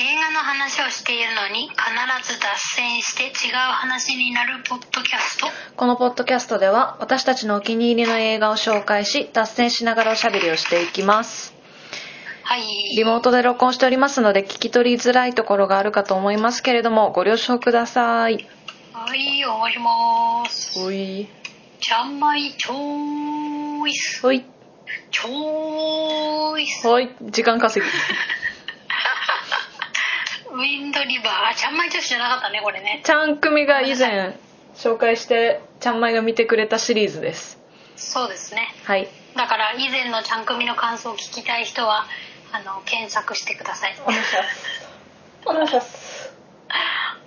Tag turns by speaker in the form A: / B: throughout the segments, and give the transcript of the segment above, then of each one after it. A: 映画の話をしているのに必ず脱線して違う話になるポッドキャスト
B: このポッドキャストでは私たちのお気に入りの映画を紹介し脱線しながらおしゃべりをしていきます
A: はい
B: リモートで録音しておりますので聞き取りづらいところがあるかと思いますけれどもご了承ください
A: はい終わります
B: おい
A: ちゃんまいチョイス
B: ほい
A: チョイス
B: ほい時間稼ぎ
A: ウィンドリバーあちゃんまい女子じゃなかったねこれね
B: ちゃん組が以前紹介してちゃんまいが見てくれたシリーズです
A: そうですね
B: はい
A: だから以前のちゃん組の感想を聞きたい人はあの検索してください
B: お願いしますお願いします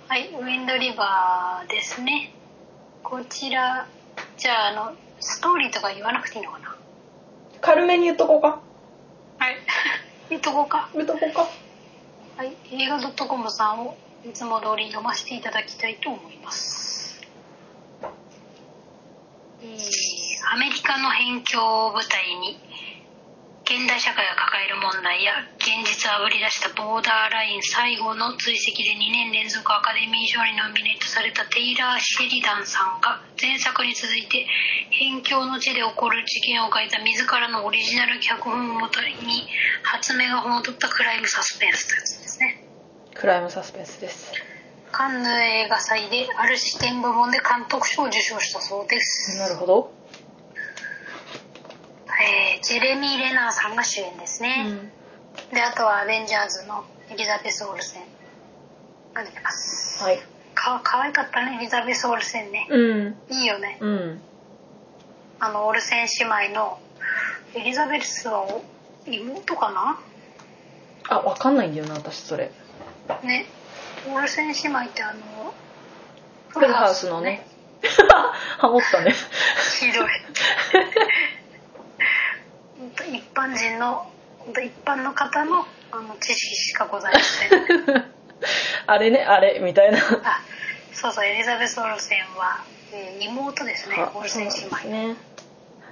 A: はい、ウィンドリバーですね。こちら、じゃあ、あの、ストーリーとか言わなくていいのかな
B: 軽めに言っとこうか
A: はい。言っとこうか。
B: 言っとこうか
A: はい、映画 .com さんをいつも通り読ませていただきたいと思います。えーアメリカの辺境を舞台に、現代社会が抱える問題や現実をあぶり出したボーダーライン最後の追跡で2年連続アカデミー賞にノミネートされたテイラー・シェリダンさんが前作に続いて辺境の地で起こる事件を書いた自らのオリジナル脚本をもとに発明が本を取ったクライムサスペンスというやつですね。
B: クライムサスペンスです
A: カンヌ映画祭である視点部門で監督賞を受賞したそうです、
B: なるほど、
A: えージェレミー・レナーさんが主演です
B: う
A: ね、
B: ん、
A: であとはアベンジャーズのエリザベス・オールセンが出てます
B: はい
A: か可愛かったねエリザベス・オールセンね
B: うん
A: いいよね
B: うん
A: あのオールセン姉妹のエリザベスはお妹かな
B: あわかんないんだよな私それ
A: ねオールセン姉妹ってあの
B: フルハウスのね ハモったね
A: ひどい ほんと一般人のほんと一般の方のあの知識しかございません
B: あれねあれみたいな
A: あそうそうエリザベス・オルセンは、えー妹ですねオルセン姉
B: そうです
A: 妹
B: ね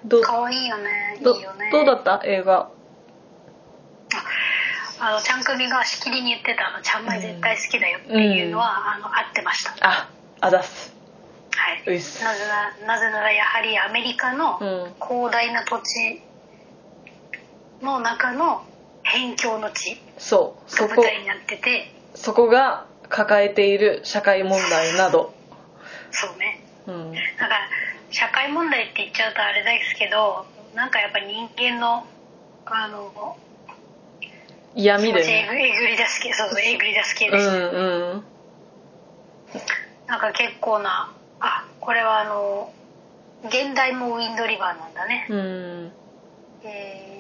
B: どう
A: 可愛いよねいい
B: ど
A: よね
B: どうだった映画
A: あのちゃん組がしきりに言ってたあのちゃんまい絶対好きだよっていうのは、あの合ってましたは
B: ああざっす
A: いうな
B: いっ
A: ぜ
B: す
A: ななぜならやはりアメリカの
B: うん
A: 広大な土地の中の辺境の地、
B: そ
A: が
B: うそ
A: 舞
B: こ
A: 台になってて
B: そこが抱えている社会問題など、
A: そうね
B: うん、
A: だから社会問題って言っちゃうとあれですけどなんかやっぱ人間のあの
B: 闇で
A: 気持ちえ
B: ね
A: ぐえぐり出す系そうそうえぐり出す系
B: う
A: です、
B: んうん
A: なんか結構なあこれはあの現代もウィンドリバーなんだね、
B: うん
A: えー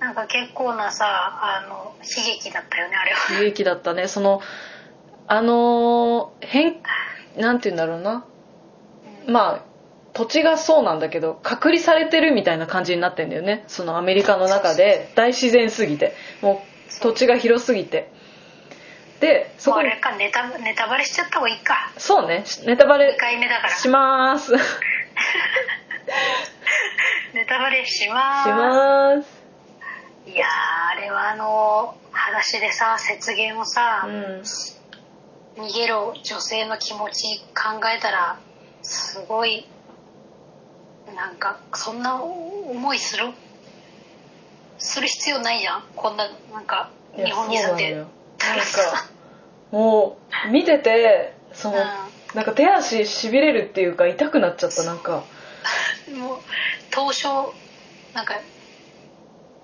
A: なんか結構なさあの悲劇だったよねあれは
B: 悲劇だったねそのあのー変なんて言うんだろうな まあ土地がそうなんだけど隔離されてるみたいな感じになってんだよねそのアメリカの中で大自然すぎてもう土地が広すぎてでそ
A: もう
B: こ
A: あ
B: に
A: れかネタネタバレしちゃった方がいいか
B: そうねネタバ
A: 2
B: レ
A: 回目だから
B: しまーすし
A: ネタバレします
B: まーす
A: いやーあれはあの裸足でさ雪原をさ、
B: う
A: 逃げる女性の気持ち考えたらすごいなんかそんな思いするする必要ないじゃんこんななんか
B: んいや
A: 日本に住んで
B: そ
A: る
B: うなのよなんかもう見ててその、
A: うん
B: なんか手足しびれるっていうか痛くなっちゃったなんか
A: もう凍傷なんか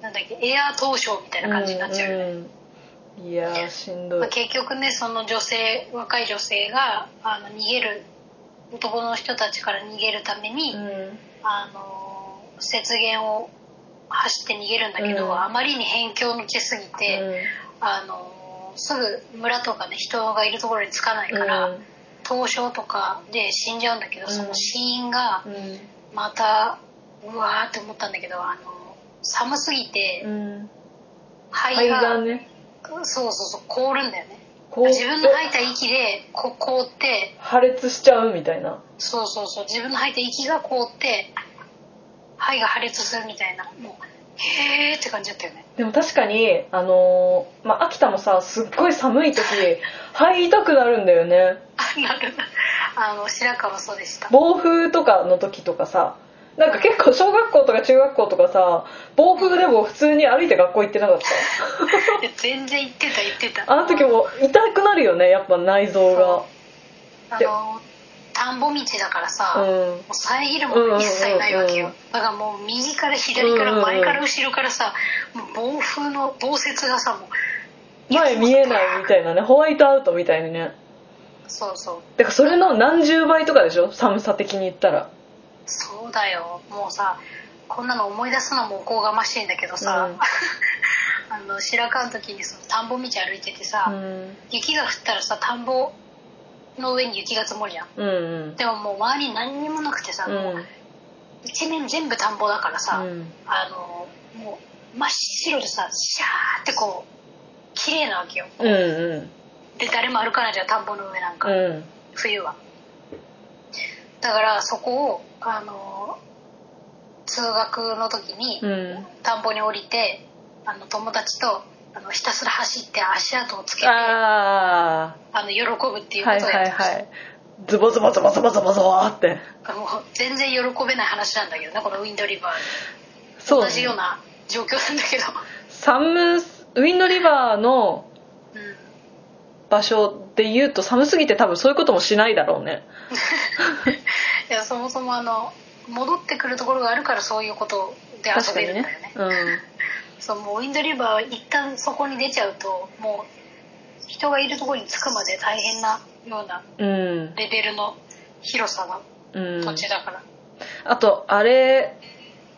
A: なんだっけエアー凍傷みたいな感じになっちゃうよね、
B: うんうんいやーしんど
A: まあ
B: い
A: 結局ねその女性若い女性があの逃げる男の人たちから逃げるために、
B: うん
A: あの雪原を走って逃げるんだけど、
B: うん
A: あまりに辺境の地すぎて、あのすぐ村とかね人がいるところに着かないから、
B: うん
A: 凍傷とかで死んじゃうんだけど、
B: うん
A: その死因が
B: うん
A: またうわーって思ったんだけどあの寒すぎて
B: うん
A: 肺
B: 肺
A: が,、
B: がね
A: そうそうそう凍るんだよね。
B: こう
A: 自分の吐いた息でこ凍って
B: 破裂しちゃうみたいな
A: そうそうそう自分の吐いた息が凍って肺が破裂するみたいなもうへーって感じだったよね
B: でも確かにあのーまあ、秋田もさすっごい寒い時 入りたくなるんだよね
A: あなるあの白川もそうでした
B: 暴風とかの時とかさなんか結構小学校とか中学校とかさ暴風でも普通に歩いて学校行ってなかった
A: 全然言ってた言ってた
B: あの時も痛くなるよねやっぱ内臓が
A: あの田んぼ道だからさ、
B: う
A: も
B: ん
A: う遮るもの一切ないわけよ、
B: うんうんうん
A: だからもう右から左から
B: うんうんうん
A: 前から後ろからさ、もう暴風の暴雪がさもう
B: 前見えないみたいなねホワイトアウトみたいにね
A: そうそう
B: だからそれの何十倍とかでしょ寒さ的に言ったら
A: そうだよもうさこんなの思い出すのもおこがましいんだけどさ、
B: うん
A: あの白川の時にその田んぼ道歩いててさ、
B: うん
A: 雪が降ったらさ田んぼの上に雪が積もるやん
B: うんうん
A: でももう周りに何にもなくてさ、
B: う
A: もうん一面全部田んぼだからさ、
B: うん
A: あのもう真っ白でさシャーってこう綺麗なわけよ
B: うんうん
A: で誰も歩かないじゃん田んぼの上なんか、
B: うん
A: 冬はだからそこをあの通学の時に
B: うん
A: 田んぼに降りてあの友達とあのひたすら走って足跡をつけてあ
B: あ
A: の喜ぶってい
B: あ
A: うことを
B: は
A: や
B: い
A: ってました、
B: はいはいズボズボズボズボズボズボーって
A: もう全然喜べない話なんだけどねこのウィンドリバー
B: そう
A: 同じような状況なんだけど
B: 寒すウィンドリバーの
A: うん
B: 場所で言うと寒すぎて多分そういうこともしないだろうね
A: いやそもそもあの戻ってくるところがあるからそういうことで遊
B: 確か
A: べ
B: に
A: るんだよね
B: ねう
A: そうもうウィンドリバーは一旦そこに出ちゃうともう人がいるところに着くまで大変なようなん
B: うん
A: レベルの広さの
B: うん
A: 土地だから、
B: あとあれ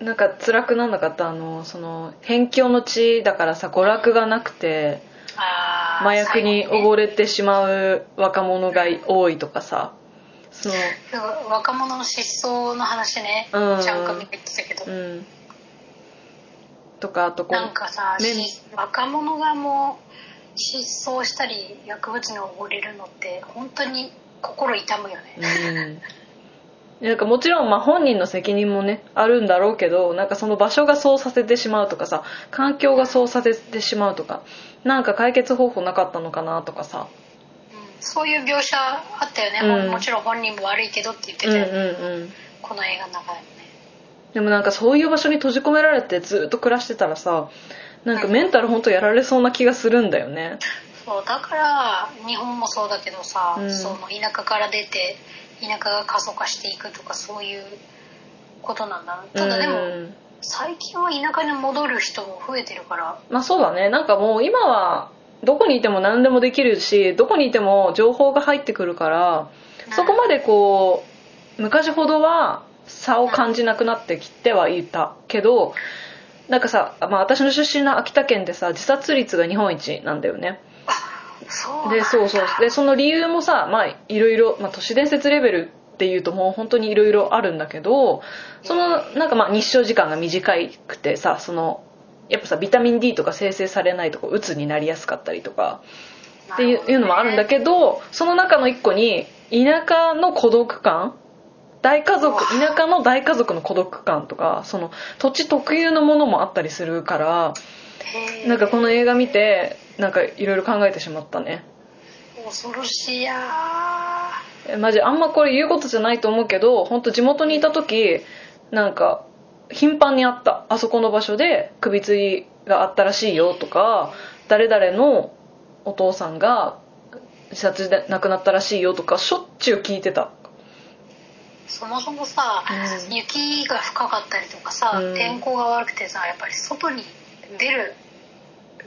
B: なんか辛くなんなかったあのその辺境の地だからさ娯楽がなくて
A: あー
B: 麻薬に
A: 最後ね
B: 溺れてしまう若者が多いとかさその
A: そう若者の失踪の話ね、
B: うん
A: ちゃんか見てたけど、
B: うんとかあとこ
A: なん
B: う
A: かさ、
B: ね
A: し若者がもう失踪したり薬物に溺れるのって本当に心痛むよね、
B: うんなんかもちろんまあ本人の責任もねあるんだろうけどなんかその場所がそうさせてしまうとかさ環境がそうさせてしまうとかなんか解決方法なかったのかなとかさ
A: うんそういう描写あったよね、
B: うん
A: ももちろん本人も悪いけどって言って
B: うん
A: て、
B: うんうん
A: この映画の中でもね
B: でもなんかそういう場所に閉じ込められてずっと暮らしてたらさなんかメンタル本当やられそうな気がするんだよね
A: そうだから日本もそうだけどさ、
B: うん
A: その田舎から出て田舎が過疎化していくとかそういうことなんだただでも、
B: うん
A: 最近は田舎に戻る人も増えてるから
B: まあそうだねなんかもう今はどこにいても何でもできるしどこにいても情報が入ってくるからそこまでこう昔ほどは差を感じなくなってきてはいたけどなんかさ、まあ、私の出身の秋田県でさ自殺率が日本一なんだよね
A: そうなん
B: で
A: だ
B: そうそうでその理由もさまあいろいろ、まあ、都市伝説レベルっていうともう本当にいろいろあるんだけどそのなんかまあ日照時間が短くてさそのやっぱさビタミン D とか生成されないとこう鬱になりやすかったりとかっていういうのもあるんだけどその中の一個に田舎の孤独感大家族
A: うわ
B: 田舎の大家族の孤独感とかその土地特有のものもあったりするから
A: へー
B: なんかこの映画見てなんかいろいろ考えてしまったね
A: 恐ろしいや
B: えマジあんまこれ言うことじゃないと思うけど本当地元にいた時なんか頻繁にあったあそこの場所で首吊りがあったらしいよとか誰々のお父さんが自殺で亡くなったらしいよとかしょっちゅう聞いてた
A: そもそもさ、
B: うん
A: 雪が深かったりとかさ、
B: うん
A: 天候が悪くてさやっぱり外に出る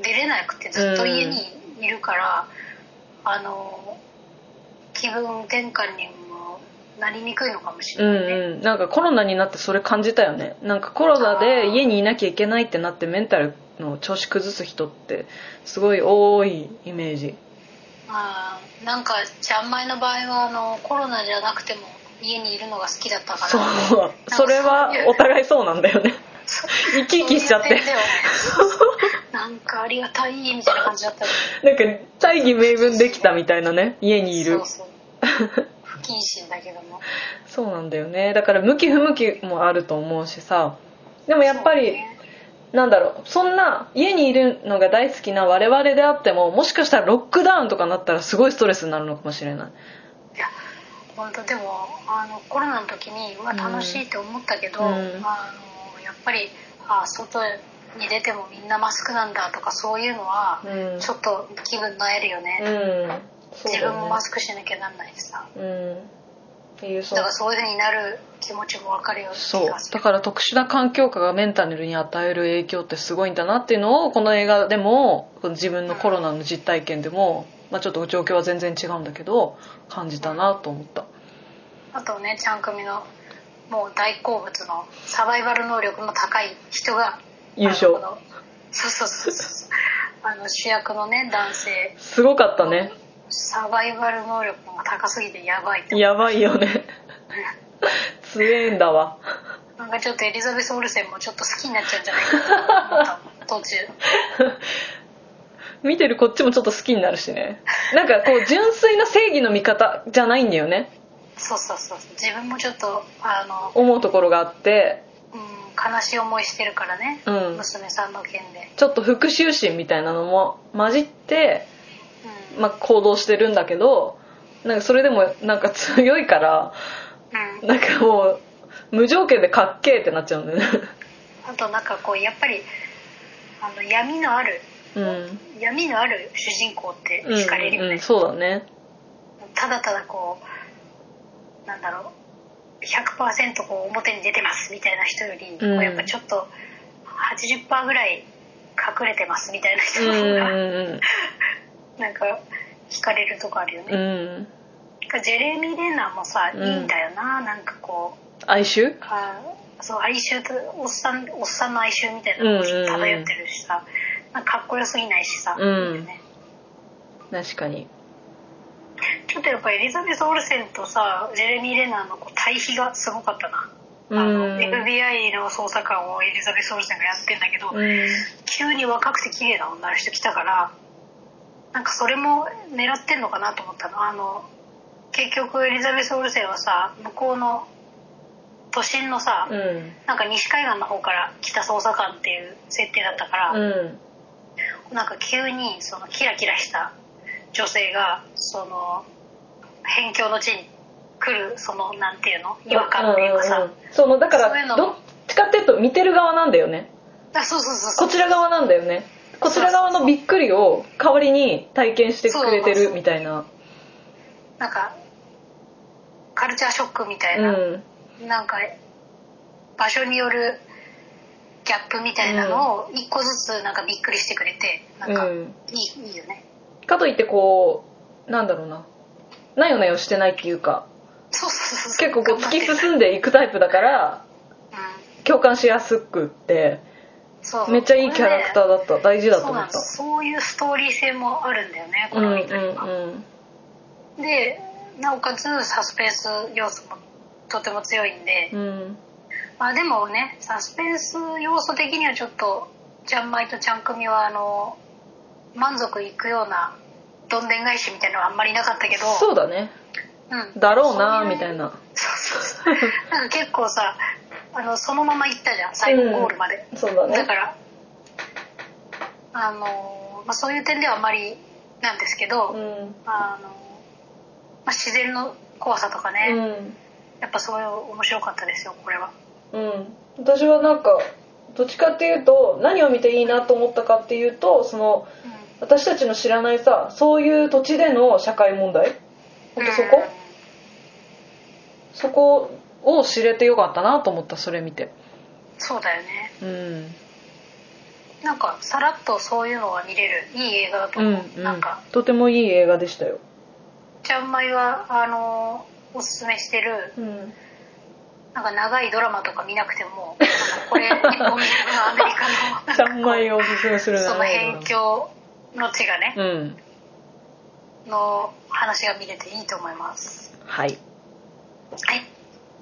A: 出れなくてずっと家にいるから、あの気分転換にもなりにくいのかもし
B: う
A: れないね、
B: んうんなんかコロナになってそれ感じたよねなんかコロナで家にいなきゃいけないってなってメンタルの調子崩す人ってすごい多いイメージ
A: まあなんかちゃんまいの場合はあのコロナじゃなくても家にいるのが好きだったから
B: そうそれはお互いそうなんだよね生き生きしちゃっ
A: そう
B: て
A: いう点ではなんかありがたいみたいな感じだったけど
B: なんか大義名分できたみたいなね家にいる
A: そうそう不謹慎だけども
B: そうなんだよねだから向き不向きもあると思うしさでもやっぱり
A: そうね
B: なんだろうそんな家にいるのが大好きな我々であってももしかしたらロックダウンとかなったらすごいストレスになるのかもしれない
A: いや本当でもあのコロナの時には楽しいって思ったけど、
B: うん
A: あのやっぱりあ外に出てもみんなマスクなんだとかそういうのは
B: うん
A: ちょっと気分なえるよね、
B: うんそうだ
A: 自
B: よ
A: 分もマ
B: ね
A: スクしなきゃなんないしさ
B: うんっていうそ
A: だ
B: う
A: からそういうふうになる気持ちも分かるような
B: そ
A: 気
B: う
A: がす
B: だ
A: る
B: から特殊な環境下がメンタルに与える影響ってすごいんだなっていうのをこの映画でもこの自分のコロナの実体験でも、まあ、ちょっと状況は全然違うんだけど感じたなと思った
A: あとねちゃん組のもう大好物のサバイバル能力の高い人が
B: 優勝
A: あのこのそうそうそうそうあの主役のね男性
B: すごかったね
A: サバイバル能力が高すぎてやばいって
B: やばいよね 強えんだわ
A: なんかちょっとエリザベス・オルセンもちょっと好きになっちゃうんじゃないかと思った途 中
B: 見てるこっちもちょっと好きになるしねなんかこう純粋な正義の味方じゃないんだよね
A: そうそうそうそう自分もちょっとあの、
B: 思うところがあって
A: うん、悲しい思いしてるからね、
B: うん
A: 娘さんの件で、
B: ちょっと復讐心みたいなのも混じって
A: うん
B: まあ、行動してるんだけどなんかそれでもなんか強いから
A: うん、
B: なんかもう無条件でかっけえってなっちゃうんだ よね
A: あとなんかこうやっぱりあの闇のある
B: うん
A: 闇のある主人公って
B: うん
A: 惹かれるよ
B: う
A: ね
B: ん、そうだね
A: ただただこうなんだろう100%こう表に出てますみたいな人より、こうやっぱちょっと80%ぐらい隠れてますみたいな
B: う
A: 人の
B: んう
A: 方が、
B: ん
A: なんか惹かれるとこあるよ
B: うんう
A: ね、
B: ん
A: ジェレミー・レーナーもさ、
B: うん
A: いいんだよななんかこう
B: 哀愁
A: あそう哀愁とおっさんおっさんの哀愁みたいなのも漂ってるしさ、なんかかっこよすぎないしさ、
B: うん
A: いいよね
B: 確かに
A: ちょっとやっぱエリザベス・オルセンとさジェレミー・レナーのこう対比がすごかったな、
B: うん
A: あ
B: う
A: の
B: ん
A: FBI の捜査官をエリザベス・オルセンがやってんだけど、急に若くて綺麗な女の人来たからなんかそれも狙ってんのかなと思ったのあの結局エリザベス・オルセンはさ向こうの都心のさ、
B: うん
A: なんか西海岸の方から来た捜査官っていう設定だったから、
B: うん
A: なんか急にそのキラキラした女性がその辺境の地に来るそのなんていうの違和感っていうかさ、
B: んんんそのだか
A: そういうの
B: らどっちかっていうと見てる側なんだよね
A: あそうそうそうそう
B: こちら側なんだよねこちら側のびっくりを代わりに体験してくれてるみたいな
A: なんかカルチャーショックみたいうな、
B: ん
A: なんか場所によるギャップみたいなのを一個ずつなんかびっくりしてくれてなんかいい,、
B: うん
A: いいよね
B: かといってこうなんだろうななよなよしてないっていうか
A: そうそうそうそう
B: 結構こう突き
A: む、
B: 進んでいくタイプだから
A: うん
B: 共感しやすくって
A: そう
B: めっちゃいいキャラクターだった大事だと
A: そ
B: 思っ
A: うな
B: た
A: のそういうストーリー性もあるんだよねこ
B: うんう
A: の
B: んう
A: 映画には、
B: ん
A: でなおかつサスペンス要素もとても強いんで、
B: うん
A: まあでもねサスペンス要素的にはちょっとちゃんまいとちゃん組はあの満足いくようなどんでん返しみたいなのはあんまりなかったけど
B: そうだね
A: うん、
B: だろうな
A: そい
B: みたいな
A: そうそうそうなんか結構さあのそのまま行ったじゃん最後
B: うん
A: ゴールまで、
B: そうだ
A: だ
B: ね
A: からあの、まあ、そういう点ではあまりなんですけど、
B: うん
A: あの、まあ、自然の怖さとかね、
B: うん
A: やっぱそういう面白かったですよこれは
B: うん、私はなんかどっちかっていうと何を見ていいなと思ったかっていうとその
A: うん
B: 私たちの知らないさそういう土地での社会問題ほんとそこそこを知れてよかったなと思ったそれ見て
A: そうだよね
B: うん
A: なんかさらっとそういうのが見れるいい映画だと
B: うん
A: 思う、
B: う
A: なん
B: ん
A: か
B: とてもいい映画でしたよ
A: ちゃんまいはあのおすすめしてる
B: うん
A: なんか長いドラマとか見なくてもなんかこ れ一本見れるのアメリカのなんか
B: ちゃんまいをおすすめするな
A: その辺境の地がね、
B: うん
A: の話が見れていいと思います
B: はい
A: はい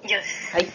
A: 以上です
B: はい